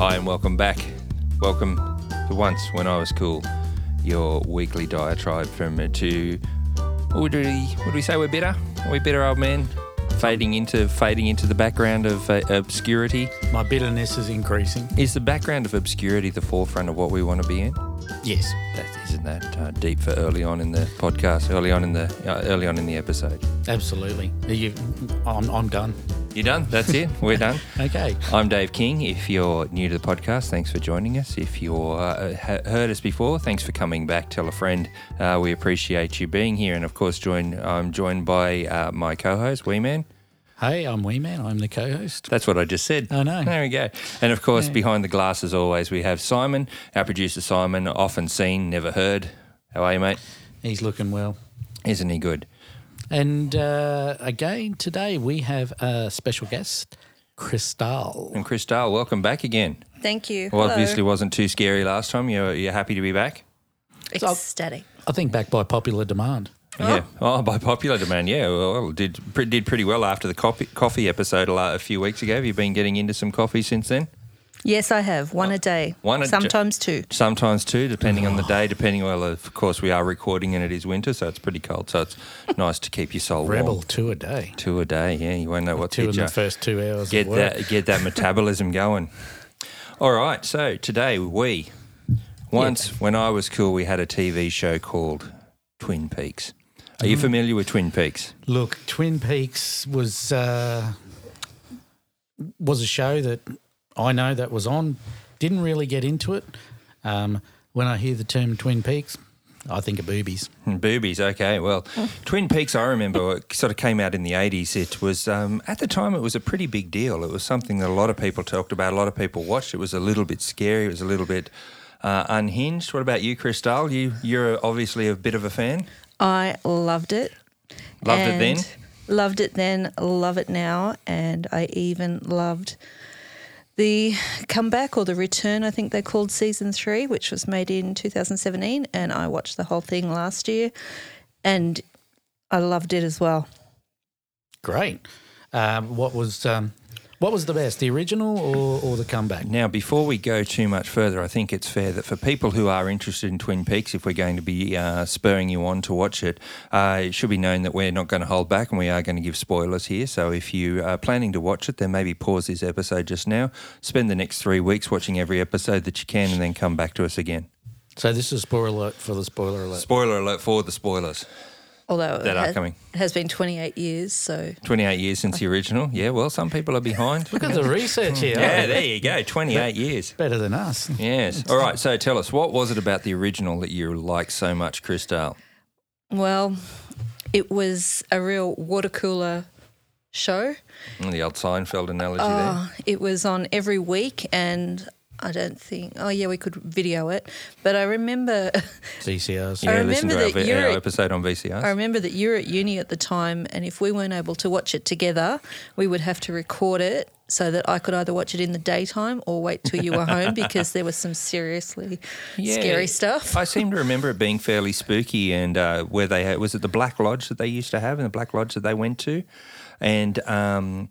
and welcome back. Welcome to Once When I Was Cool, your weekly diatribe from two. What would we, would we say we're better? Are we better, old man? Fading into fading into the background of uh, obscurity. My bitterness is increasing. Is the background of obscurity the forefront of what we want to be in? Yes. That isn't that uh, deep for early on in the podcast, early on in the uh, early on in the episode. Absolutely. You, I'm, I'm done. You done? That's it. We're done. Okay. I'm Dave King. If you're new to the podcast, thanks for joining us. If you uh, ha- heard us before, thanks for coming back. Tell a friend. Uh, we appreciate you being here, and of course, join. I'm joined by uh, my co-host, Wee Man. Hey, I'm Wee Man. I'm the co-host. That's what I just said. I know. There we go. And of course, Yeah. behind the glass, as always, we have Simon, our producer Simon, often seen, never heard. How are you, mate? He's looking well. Isn't he good? And uh, again, today we have a special guest, Crystal. And Christelle, welcome back again. Thank you. Well, Hello. obviously, wasn't too scary last time. You're, you're happy to be back. ecstatic. I think back by popular demand. Yeah. Oh, by popular demand. Yeah. Well, did pre- did pretty well after the coffee, coffee episode uh, a, lot, a few weeks ago. Have you been getting into some coffee since then? Yes, I have one a day. One a day. sometimes two. Sometimes two, depending on the day. Depending, well, of course, we are recording and it is winter, so it's pretty cold. So it's nice to keep your soul Rebel warm. two a day. Two a day. Yeah. You won't know what Two hit in the ya. first two hours. Get of work. that get that metabolism going. All right. So today we once when I was cool, we had a TV show called Twin Peaks. Are Mm-hmm. you familiar with Twin Peaks? Look, Twin Peaks was uh, was a show that I know that was on. Didn't really get into it. Um, when I hear the term Twin Peaks, I think of boobies. And boobies, okay. Well, Twin Peaks, I remember, it sort of came out in the 80s. It was, um, at the time, it was a pretty big deal. It was something that a lot of people talked about, a lot of people watched. It was a little bit scary, it was a little bit uh, unhinged. What about you, Christelle? You, you're obviously a bit of a fan. I loved it. Loved it And then? Loved it then. Love it now. And I even loved the comeback or the return. I think they called season three, which was made in 2017, and I watched the whole thing last year, and I loved it as well. Great. Um, what was um, what was the best, the original or, or the comeback? Now, before we go too much further, I think it's fair that for people who are interested in Twin Peaks, if we're going to be uh, spurring you on to watch it, uh, it should be known that we're not going to hold back and we are going to give spoilers here. So if you are planning to watch it, then maybe pause this episode just now, spend the next three weeks watching every episode that you can, and then come back to us again. So this is spoiler alert for the spoiler alert. Spoiler alert for the spoilers. Although That it are ha- coming. it has been 28 years, so 28 years since the original. Yeah, well, some people are behind. Look at the research here. Yeah, there you go. 28 years. Better than us. Yes. All right. So tell us, what was it about the original that you liked so much, Christelle? well, it was a real water cooler show. Mm, The old Seinfeld analogy there. Oh, it was on every week, and I don't think. Oh, yeah, we could video it, but I remember, CCRs. Yeah, I listen to remember our, that vi- our you're- episode on VCR. I remember that you were at uni at the time, and if we weren't able to watch it together, we would have to record it so that I could either watch it in the daytime or wait till you were home because there was some seriously Yeah. scary stuff. I seem to remember it being fairly spooky, and uh, where they had, was it the Black Lodge that they used to have, and the Black Lodge that they went to, and um,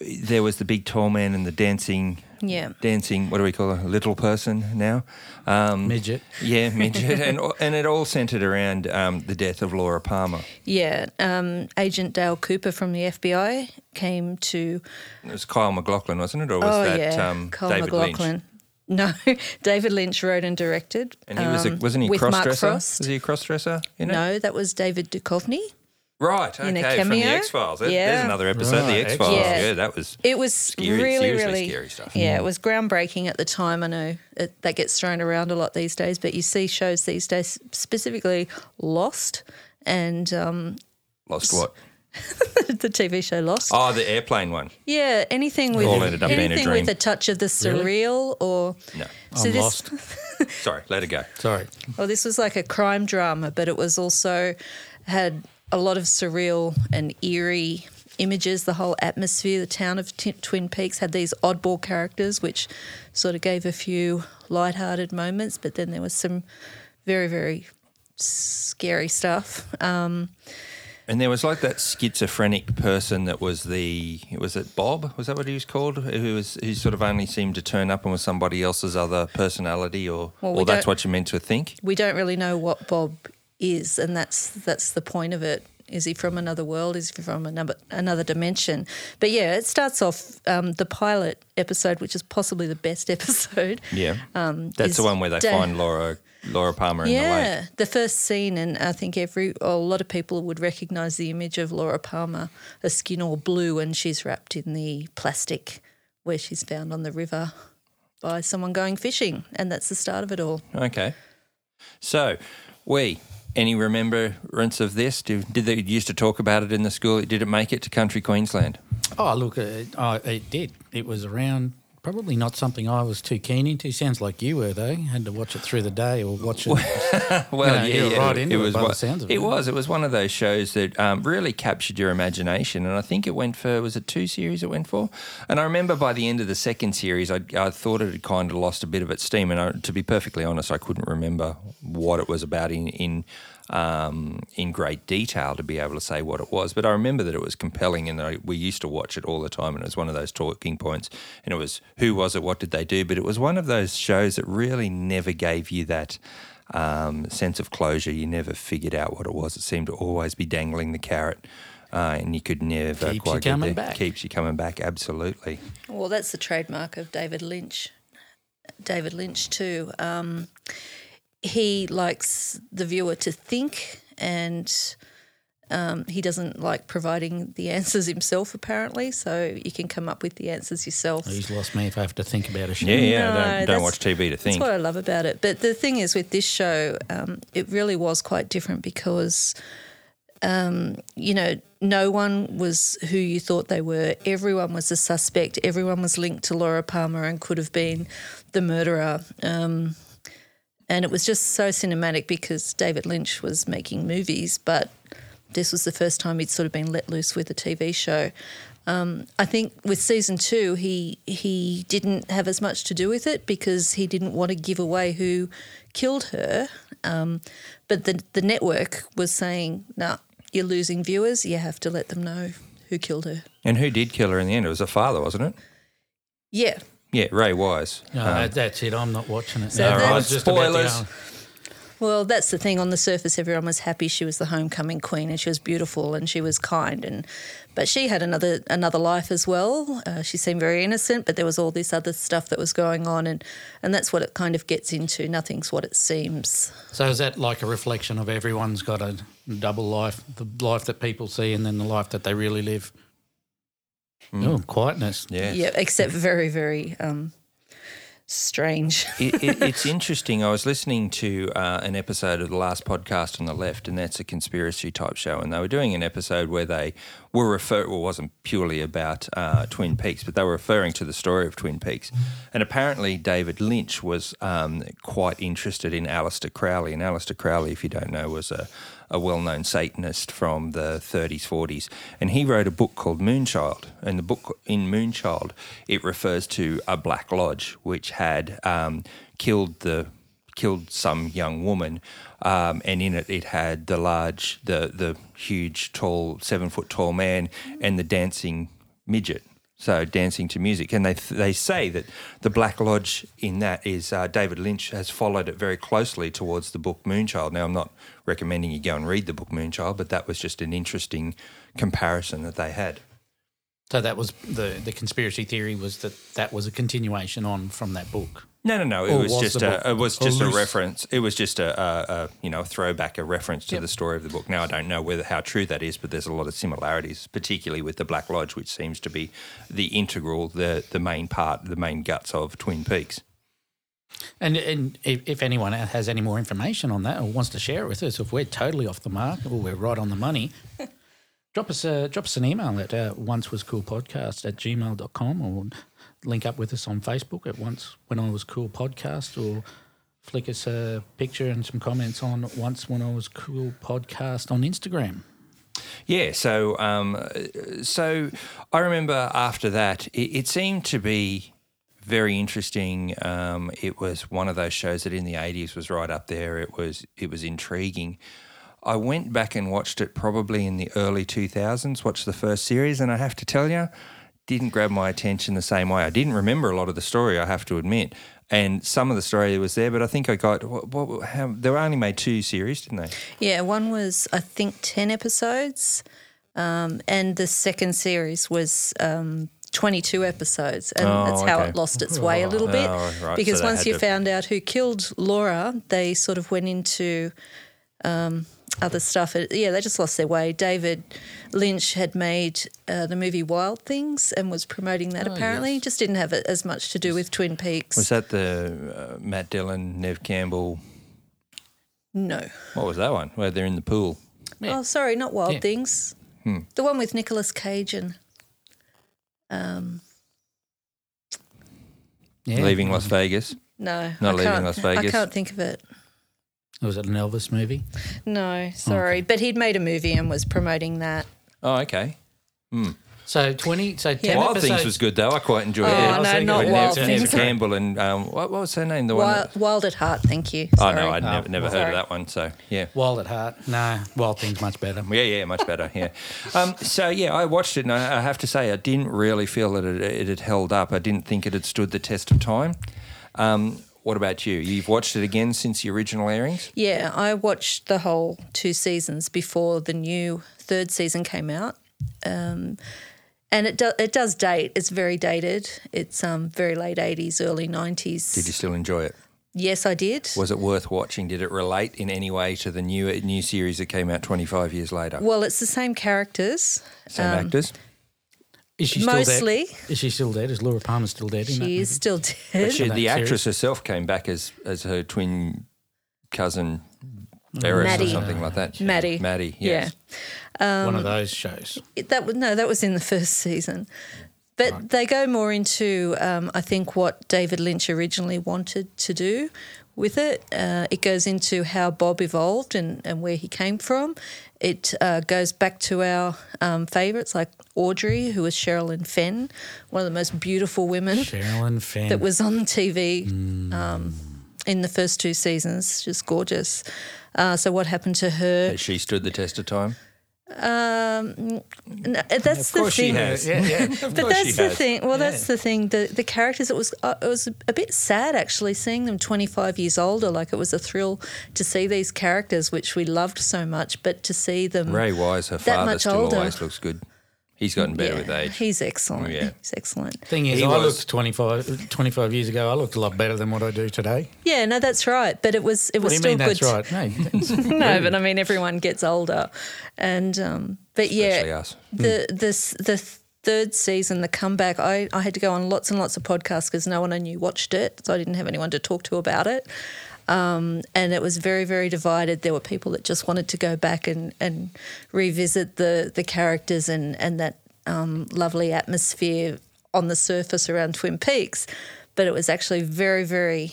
there was the big tall man and the dancing, Yeah. dancing. What do we call a little person now? Um, Midget. Yeah, midget, and and it all centered around um, the death of Laura Palmer. Yeah, um, Agent Dale Cooper from the FBI came to It was Kyle McLaughlin, wasn't it, or was oh that yeah, um, Carl David Lynch? McLaughlin. No, David Lynch wrote and directed. And he was a, um, wasn't he a with cross Mark dresser? Frost. Was he a cross dresser? No, that was David Duchovny. Right. Okay. in a From the cameo. X Files. There's Yeah. another episode. of the Right, X Files. Yeah. Yeah. That was. It was Scary- really, seriously really scary stuff. Yeah, it was groundbreaking at the time. I know it, that gets thrown around a lot these days, but you see shows these days, specifically Lost and um, Lost what? the TV show Lost. Oh, the airplane one. Yeah, anything with All ended up being a anything dream. with a touch of the surreal or No. so I'm this lost. Sorry. Let it go. Sorry. well, this was like a crime drama, but it was also had a lot of surreal and eerie images. The whole atmosphere, the town of T- Twin Peaks had these oddball characters, which sort of gave a few lighthearted moments, but then there was some very, very scary stuff. Um, And there was like that schizophrenic person that was the was it Bob? Was that what he was called? Who was who sort of only seemed to turn up and was somebody else's other personality, or Well, we or that's don't- what you meant to think. we don't really know what Bob is, and that's that's the point of it. Is he from another world? Is he from another another dimension? But yeah, it starts off um, the pilot episode, which is possibly the best episode. Yeah, um, that's is the one where they da- find Laura Laura Palmer in the lake. Yeah, the first scene, and I think every a lot of people would recognise the image of Laura Palmer, her skin all blue, and she's wrapped in the plastic where she's found on the river by someone going fishing, and that's the start of it all. Okay. So, we any remembrance of this? Do, did they used to talk about it in the school? Did it make it to country Queensland? Oh, look, it, oh, it did. It was around. Probably not something I was too keen into. Sounds like you were though. Had to watch it through the day or watch it. Well, You yeah, know, yeah, you're right into it by the one- sounds of it it. was. It was one of those shows that um, really captured your imagination, and I think it went for was it two series? It went for, and I remember by the end of the second series, I, I thought it had kind of lost a bit of its steam, and I, to be perfectly honest, I couldn't remember what it was about in in um, in great detail to be able to say what it was, but I remember that it was compelling, and I, we used to watch it all the time, and it was one of those talking points, and it was who was it, what did they do, but it was one of those shows that really never gave you that um, sense of closure. You never figured out what it was. It seemed to always be dangling the carrot, uh, and you could never Keeps you quite get coming there. back. Keeps you coming back. Absolutely. Well, that's the trademark of David Lynch. David Lynch too. Um, he likes the viewer to think, and um, he doesn't like providing the answers himself. Apparently, so you can come up with the answers yourself. He's lost me if I have to think about a show. Yeah, yeah. No, don't don't that's- watch TV to That's think. what I love about it. But the thing is, with this show, um, it really was quite different because, um, you know, no one was who you thought they were. Everyone was a suspect. Everyone was linked to Laura Palmer and could have been the murderer. Um, and it was just so cinematic because David Lynch was making movies, but this was the first time he'd sort of been let loose with a TV show. I think with season two, he he didn't have as much to do with it because he didn't want to give away who killed her. Um, but the the network was saying, "No, you're losing viewers. You have to let them know who killed her." And who did kill her in the end? It was her father, wasn't it? Yeah, Yeah, Ray Wise. Uh, No, that, that's it. I'm not watching it. So now. that- I was just about to Um, Spoilers. go, Well, that's the thing. On the surface, everyone was happy. She was the homecoming queen, and she was beautiful, and she was kind. And but she had another another life as well. Uh, she seemed very innocent, but there was all this other stuff that was going on, and and that's what it kind of gets into. Nothing's what it seems. So is that like a reflection of everyone's got a double life, the life that people see and then the life that they really live? Oh, quietness. Mm. Yeah. Yeah, except very, very um, strange. it, it, it's interesting. I was listening to uh, an episode of the last podcast on the left, and that's a conspiracy type show. And they were doing an episode where they were refer well, it wasn't purely about uh, Twin Peaks, but they were referring to the story of Twin Peaks. And apparently, David Lynch was um, quite interested in Aleister Crowley. And Aleister Crowley, if you don't know, was a a well-known Satanist from the 30s, 40s, and he wrote a book called Moonchild. And the book in Moonchild, it refers to a black lodge which had um, killed the killed some young woman, um, and in it it had the large, the the huge, tall, seven foot tall man, and the dancing midget. So dancing to music, and they they say that the Black Lodge in that is uh, David Lynch has followed it very closely towards the book Moonchild. Now I'm not recommending you go and read the book Moonchild, but that was just an interesting comparison that they had. So that was the, the conspiracy theory was that that was a continuation on from that book. No, no, no. It Or was, was just the book a it was a just a loose- reference. It was just a, a, a you know a throwback, a reference to the story of the book. Now I don't know whether how true that is, but there's a lot of similarities, particularly with the Black Lodge, which seems to be the integral, the the main part, the main guts of Twin Peaks. And and if, if anyone has any more information on that or wants to share it with us, if we're totally off the mark or we're right on the money, drop us a drop us an email at uh, once was cool podcast at gmail.com or link up with us on Facebook at once when I was cool podcast or flick us a picture and some comments on once when I was cool podcast on Instagram. Yeah, so um, uh, so I remember after that, it, it seemed to be very interesting. Um, it was one of those shows that in the eighties was right up there. It was it was intriguing. I went back and watched it probably in the early 2000s, watched the first series, and I have to tell you, didn't grab my attention the same way. I didn't remember a lot of the story, I have to admit. And some of the story was there, but I think I got, what, what, how, they were only made two series, didn't they? Yeah, one was I think ten episodes, um, and the second series was um, twenty-two episodes, and Oh, that's how okay. it lost its way a little bit. Oh, right, so Because they once had you to- found out who killed Laura, they sort of went into um, other stuff. It- yeah, they just lost their way. David Lynch had made uh, the movie Wild Things and was promoting that. apparently, just didn't have it as much to do with Twin Peaks. Oh, Was that the uh, Matt Dillon, Nev Campbell? no. What was that one? Where they're in the pool. Yeah. Oh, sorry, not Wild Yeah. Things. Hmm. The one with Nicolas Cage and Yeah. Leaving Las Vegas. no, Not I Leaving can't- Las Vegas. I can't think of it. Was it an Elvis movie? No, sorry, but he'd made a movie and was promoting that. Oh, okay. So twenty. So ten Wild episodes. Things was good though. I quite enjoyed Oh, it. no, I'll say not With good. Wild Nev, Things. Nev Campbell and um, what, what was her name? The one. Wild, That, Wild at Heart. Thank you. oh Sorry. no, I never never heard sorry. of that one. So yeah. Wild at Heart. No, Wild Things much better. Yeah, yeah, much better. Yeah. Um, so yeah, I watched it, and I, I have to say, I didn't really feel that it, it had held up. I didn't think it had stood the test of time. Um, what about you? You've watched it again since the original airings. Yeah, I watched the whole two seasons before the new third season came out. Um, and it, do, it does date. It's very dated. It's um, very late 80s, early 90s. Did you still enjoy it? Yes, I did. Was it worth watching? Did it relate in any way to the new new series that came out 25 years later? Well, um, it's the same characters. Same actors. Is she still Mostly. dead? Is she still dead? Is Laura Palmer still dead? in that She is movie? still dead. She, in that the actress series. herself came back as as her twin cousin, Eris or Maddie. something like that. Maddie. Maddie. Yeah. Yes. one um, of those shows. It- that was no, that was in the first season. But they go more into, um, I think, what David Lynch originally wanted to do with it. Uh, it goes into how Bob evolved and, and where he came from. It uh, goes back to our um, favourites like Audrey, who was Sherilyn Fenn, one of the most beautiful women Sherilyn Fenn. that was on TV Mm. um, in the first two seasons. Just gorgeous. Uh, so what happened to her? Has she stood the test of time? Um, n- that's Of the course she thing. has. Yeah, yeah. Of But course she that's the has. thing. Well, that's the thing. The the characters. It was uh, it was a bit sad actually seeing them twenty five years older. Like it was a thrill to see these characters, which we loved so much, but to see them. Ray Wise, her That father, much still older. always looks good. He's gotten better yeah, with age. He's excellent. Yeah. He's excellent. Thing is, He I was- looked 25, 25 years ago. I looked a lot better than what I do today. Yeah, no, that's right. But it was it What was do you still mean good. that's right? No, that's- no, but I mean everyone gets older, and um, but Especially yeah, us. Hmm. the this the third season, the comeback. I I had to go on lots and lots of podcasts because no one I knew watched it, so I didn't have anyone to talk to about it. Um, and it was very very divided. There were people that just wanted to go back and and revisit the the characters and and that um, lovely atmosphere on the surface around Twin Peaks, but it was actually very very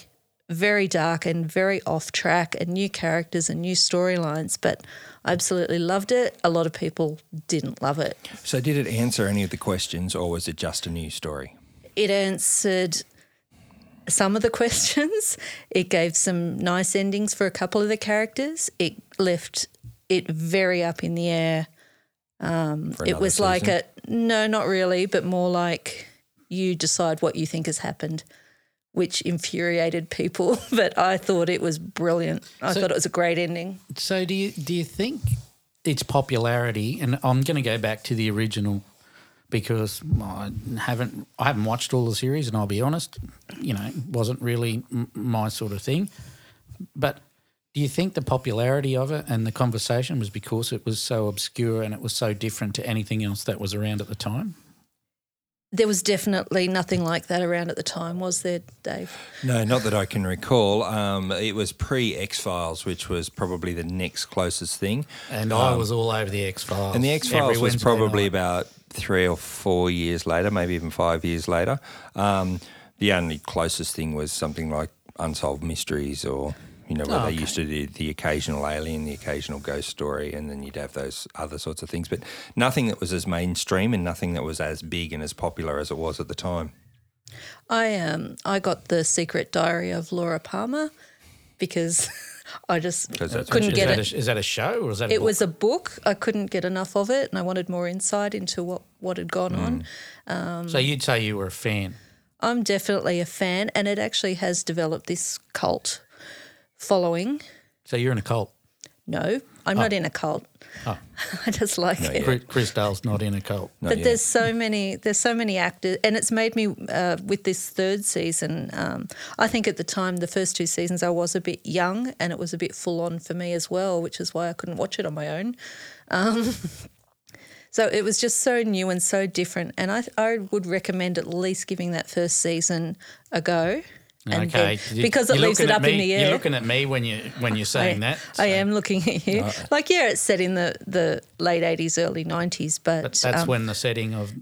very dark and very off track and new characters and new storylines but i absolutely loved it a lot of people didn't love it So, did it answer any of the questions, or was it just a new story? it answered some of the questions it gave some nice endings for a couple of the characters it left it very up in the air For it another was like season? a no not really but more like you decide what you think has happened which infuriated people but i thought it was brilliant i So- thought it was a great ending so, do you do you think its popularity? And I'm going to go back to the original because I haven't I haven't watched all the series, and I'll be honest, you know, wasn't really m- my sort of thing. But do you think the popularity of it and the conversation was because it was so obscure and it was so different to anything else that was around at the time? There was definitely nothing like that around at the time, was there, Dave? No, not that I can recall. Um, it was pre X Files, which was probably the next closest thing. And I was all over the X Files. And the X Files was probably about three or four years later, maybe even five years later. Um, the only closest thing was something like Unsolved Mysteries or. You know, where Oh, they used to do the occasional alien, the occasional ghost story, and then you'd have those other sorts of things, but nothing that was as mainstream and nothing that was as big and as popular as it was at the time. I um I got the secret diary of Laura Palmer because I just 'Cause that's couldn't is get that it. A, is that a show or is that a It book? was a book. I couldn't get enough of it, and I wanted more insight into what what had gone Hmm. on. So you'd say you were a fan. I'm definitely a fan, and it actually has developed this cult following. So you're in a cult. No, I'm not in a cult. I just like it. Chris, Chris Dale's not in a cult. but there's so many there's so many actors and it's made me uh, with this third season um, i think at the time the first two seasons i was a bit young and it was a bit full on for me as well which is why i couldn't watch it on my own um, so it was just so new and so different and i, I would recommend at least giving that first season a go and then- okay, You- because it you're leaves it looking at up me, in the air You're looking at me when you when you're saying I, that. I am looking at you. Like, yeah, it's set in the, the late 80s, early 90s, but, That's um, when the setting of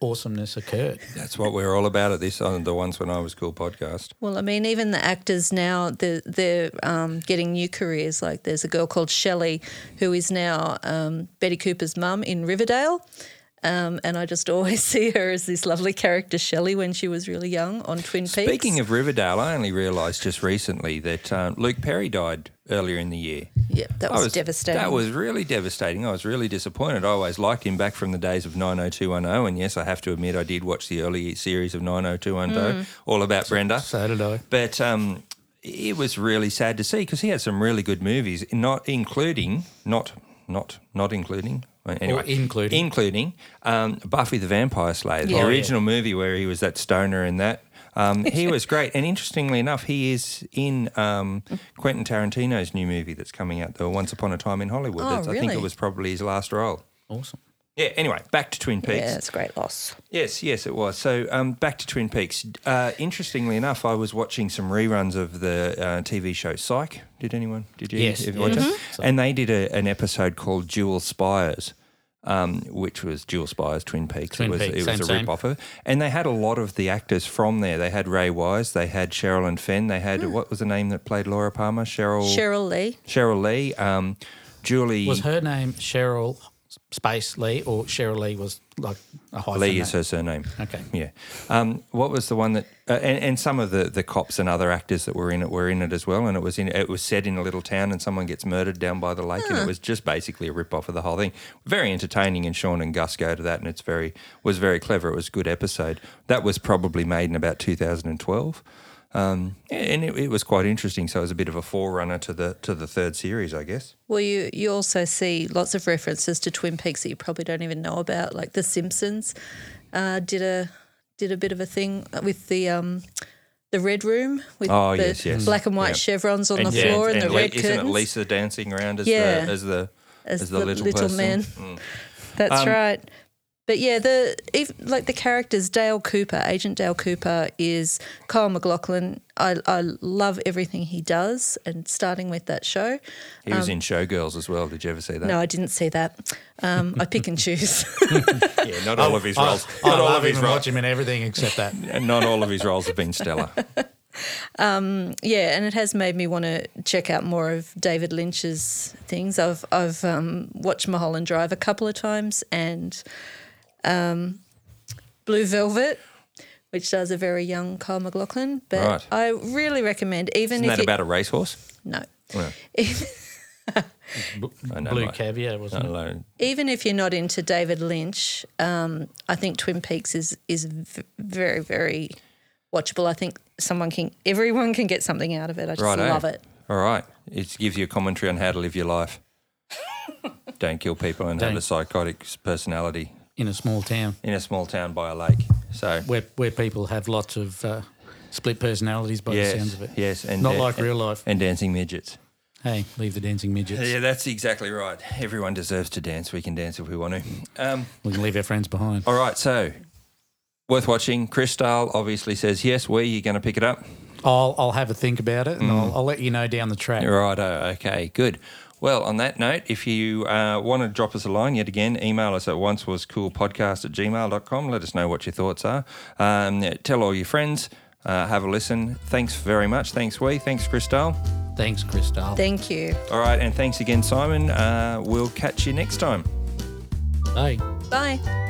awesomeness occurred. That's what we're all about at this on the Once When I Was Cool podcast. Well, I mean, even the actors now, they're, they're um, getting new careers. Like there's a girl called Shelley who is now um, Betty Cooper's mum in Riverdale. Um, and I just always see her as this lovely character, Shelley, when she was really young on Twin Peaks. Speaking of Riverdale, I only realised just recently that um, Luke Perry died earlier in the year. yeah, that I was, devastating. That was really devastating. I was really disappointed. I always liked him back from the days of 90210. And yes, I have to admit, I did watch the early series of Mm. 90210, all about Brenda. So did I. But um, it was really sad to see because he had some really good movies, not including, not, not, not including. well, Anyway, including. including um, Buffy the Vampire Slayer, Yeah. the original movie where he was that stoner in that. Um, he was great, and interestingly enough, he is in um, Quentin Tarantino's new movie that's coming out, the Once Upon a Time in Hollywood. Oh, That's- I think really? it was probably his last role. Awesome. Yeah. Anyway, back to Twin Peaks. yeah, it's a great loss. Yes, yes, it was. So um, back to Twin Peaks. Uh, interestingly enough, I was watching some reruns of the uh, TV show Psych. Did anyone? Did you? Yes, Mm-hmm. have you watched yes. it? And they did a, an episode called Dual Spires, um, which was Dual Spires Twin Peaks. Twin it was, Peaks, it was same, a same. rip off of, and they had a lot of the actors from there. They had Ray Wise, they had Cheryl and Fenn, they had what was the name that played Laura Palmer? Cheryl. Cheryl Lee. Cheryl Lee. Um, Julie. Was her name Cheryl Space Lee or Cheryl Lee was like a hyphen? Lee is name? her surname. Okay. Yeah. Um, what was the one that, uh, and, and some of the, the cops and other actors that were in it were in it as well. And it was in it was set in a little town, and someone gets murdered down by the lake, and it was just basically a rip off of the whole thing. Very entertaining, and Sean and Gus go to that, and it's very was very clever. It was a good episode. That was probably made in about 2012. Um, and it, it was quite interesting. So it was a bit of a forerunner to the to the third series, I guess. Well, you, you also see lots of references to Twin Peaks that you probably don't even know about, like The Simpsons uh, did a did a bit of a thing with the um, the Red Room with Oh, the yes, yes. black and white Yeah. chevrons on the yeah, floor and, the Le- red isn't curtains it Lisa dancing around as Yeah. the as the as, as the, little, person? Mm. man. That's Um, right. But yeah, the if, like the characters Dale Cooper, Agent Dale Cooper is Kyle McLaughlin. I, I love everything he does, and starting with that show. He was in Showgirls as well. Did you ever see that? Um, No, I didn't see that. Um, I pick and choose. Yeah, not all of his I, roles. I Not all love of him his and watch roles. him in everything except that. Not all of his roles have been stellar. Yeah, and it has made me want to check out more of David Lynch's things. I've I've um, watched Mulholland Drive a couple of times and um, Blue Velvet, which does a very young Kyle McLaughlin. But Right. I really recommend, Isn't even if that you, about a racehorse? no, Well, I know Blue my- caviar, wasn't it? Hello. even if you're not into David Lynch, um, I think Twin Peaks is is v- very very watchable. I think someone can, everyone can get something out of it. I just Right, love it. All right. It gives you a commentary on how to live your life. Don't kill people and have Don't. a psychotic personality In a small town in a small town by a lake. So, where where people have lots of uh, split personalities by the yes, sounds of it. yes, and Not dan- like real life. and dancing midgets. Hey, leave the dancing midgets. Yeah, that's exactly right. Everyone deserves to dance. We can dance if we want to. Um, We can leave our friends behind. all right, so worth watching. Chris Dahl obviously says yes. Where you going to pick it up? I'll I'll have a think about it and I'll, I'll let you know down the track. Righto. Okay. Good. Well, on that note, if you uh, want to drop us a line yet again, email us at oncewascoolpodcast at gmail.com. Let us know what your thoughts are. Um, tell all your friends. Uh, have a listen. Thanks very much. Thanks, Wee. Thanks, Christelle. Thanks, Crystal. Thank you. All right. And thanks again, Simon. Uh, we'll catch you next time. Bye. Bye.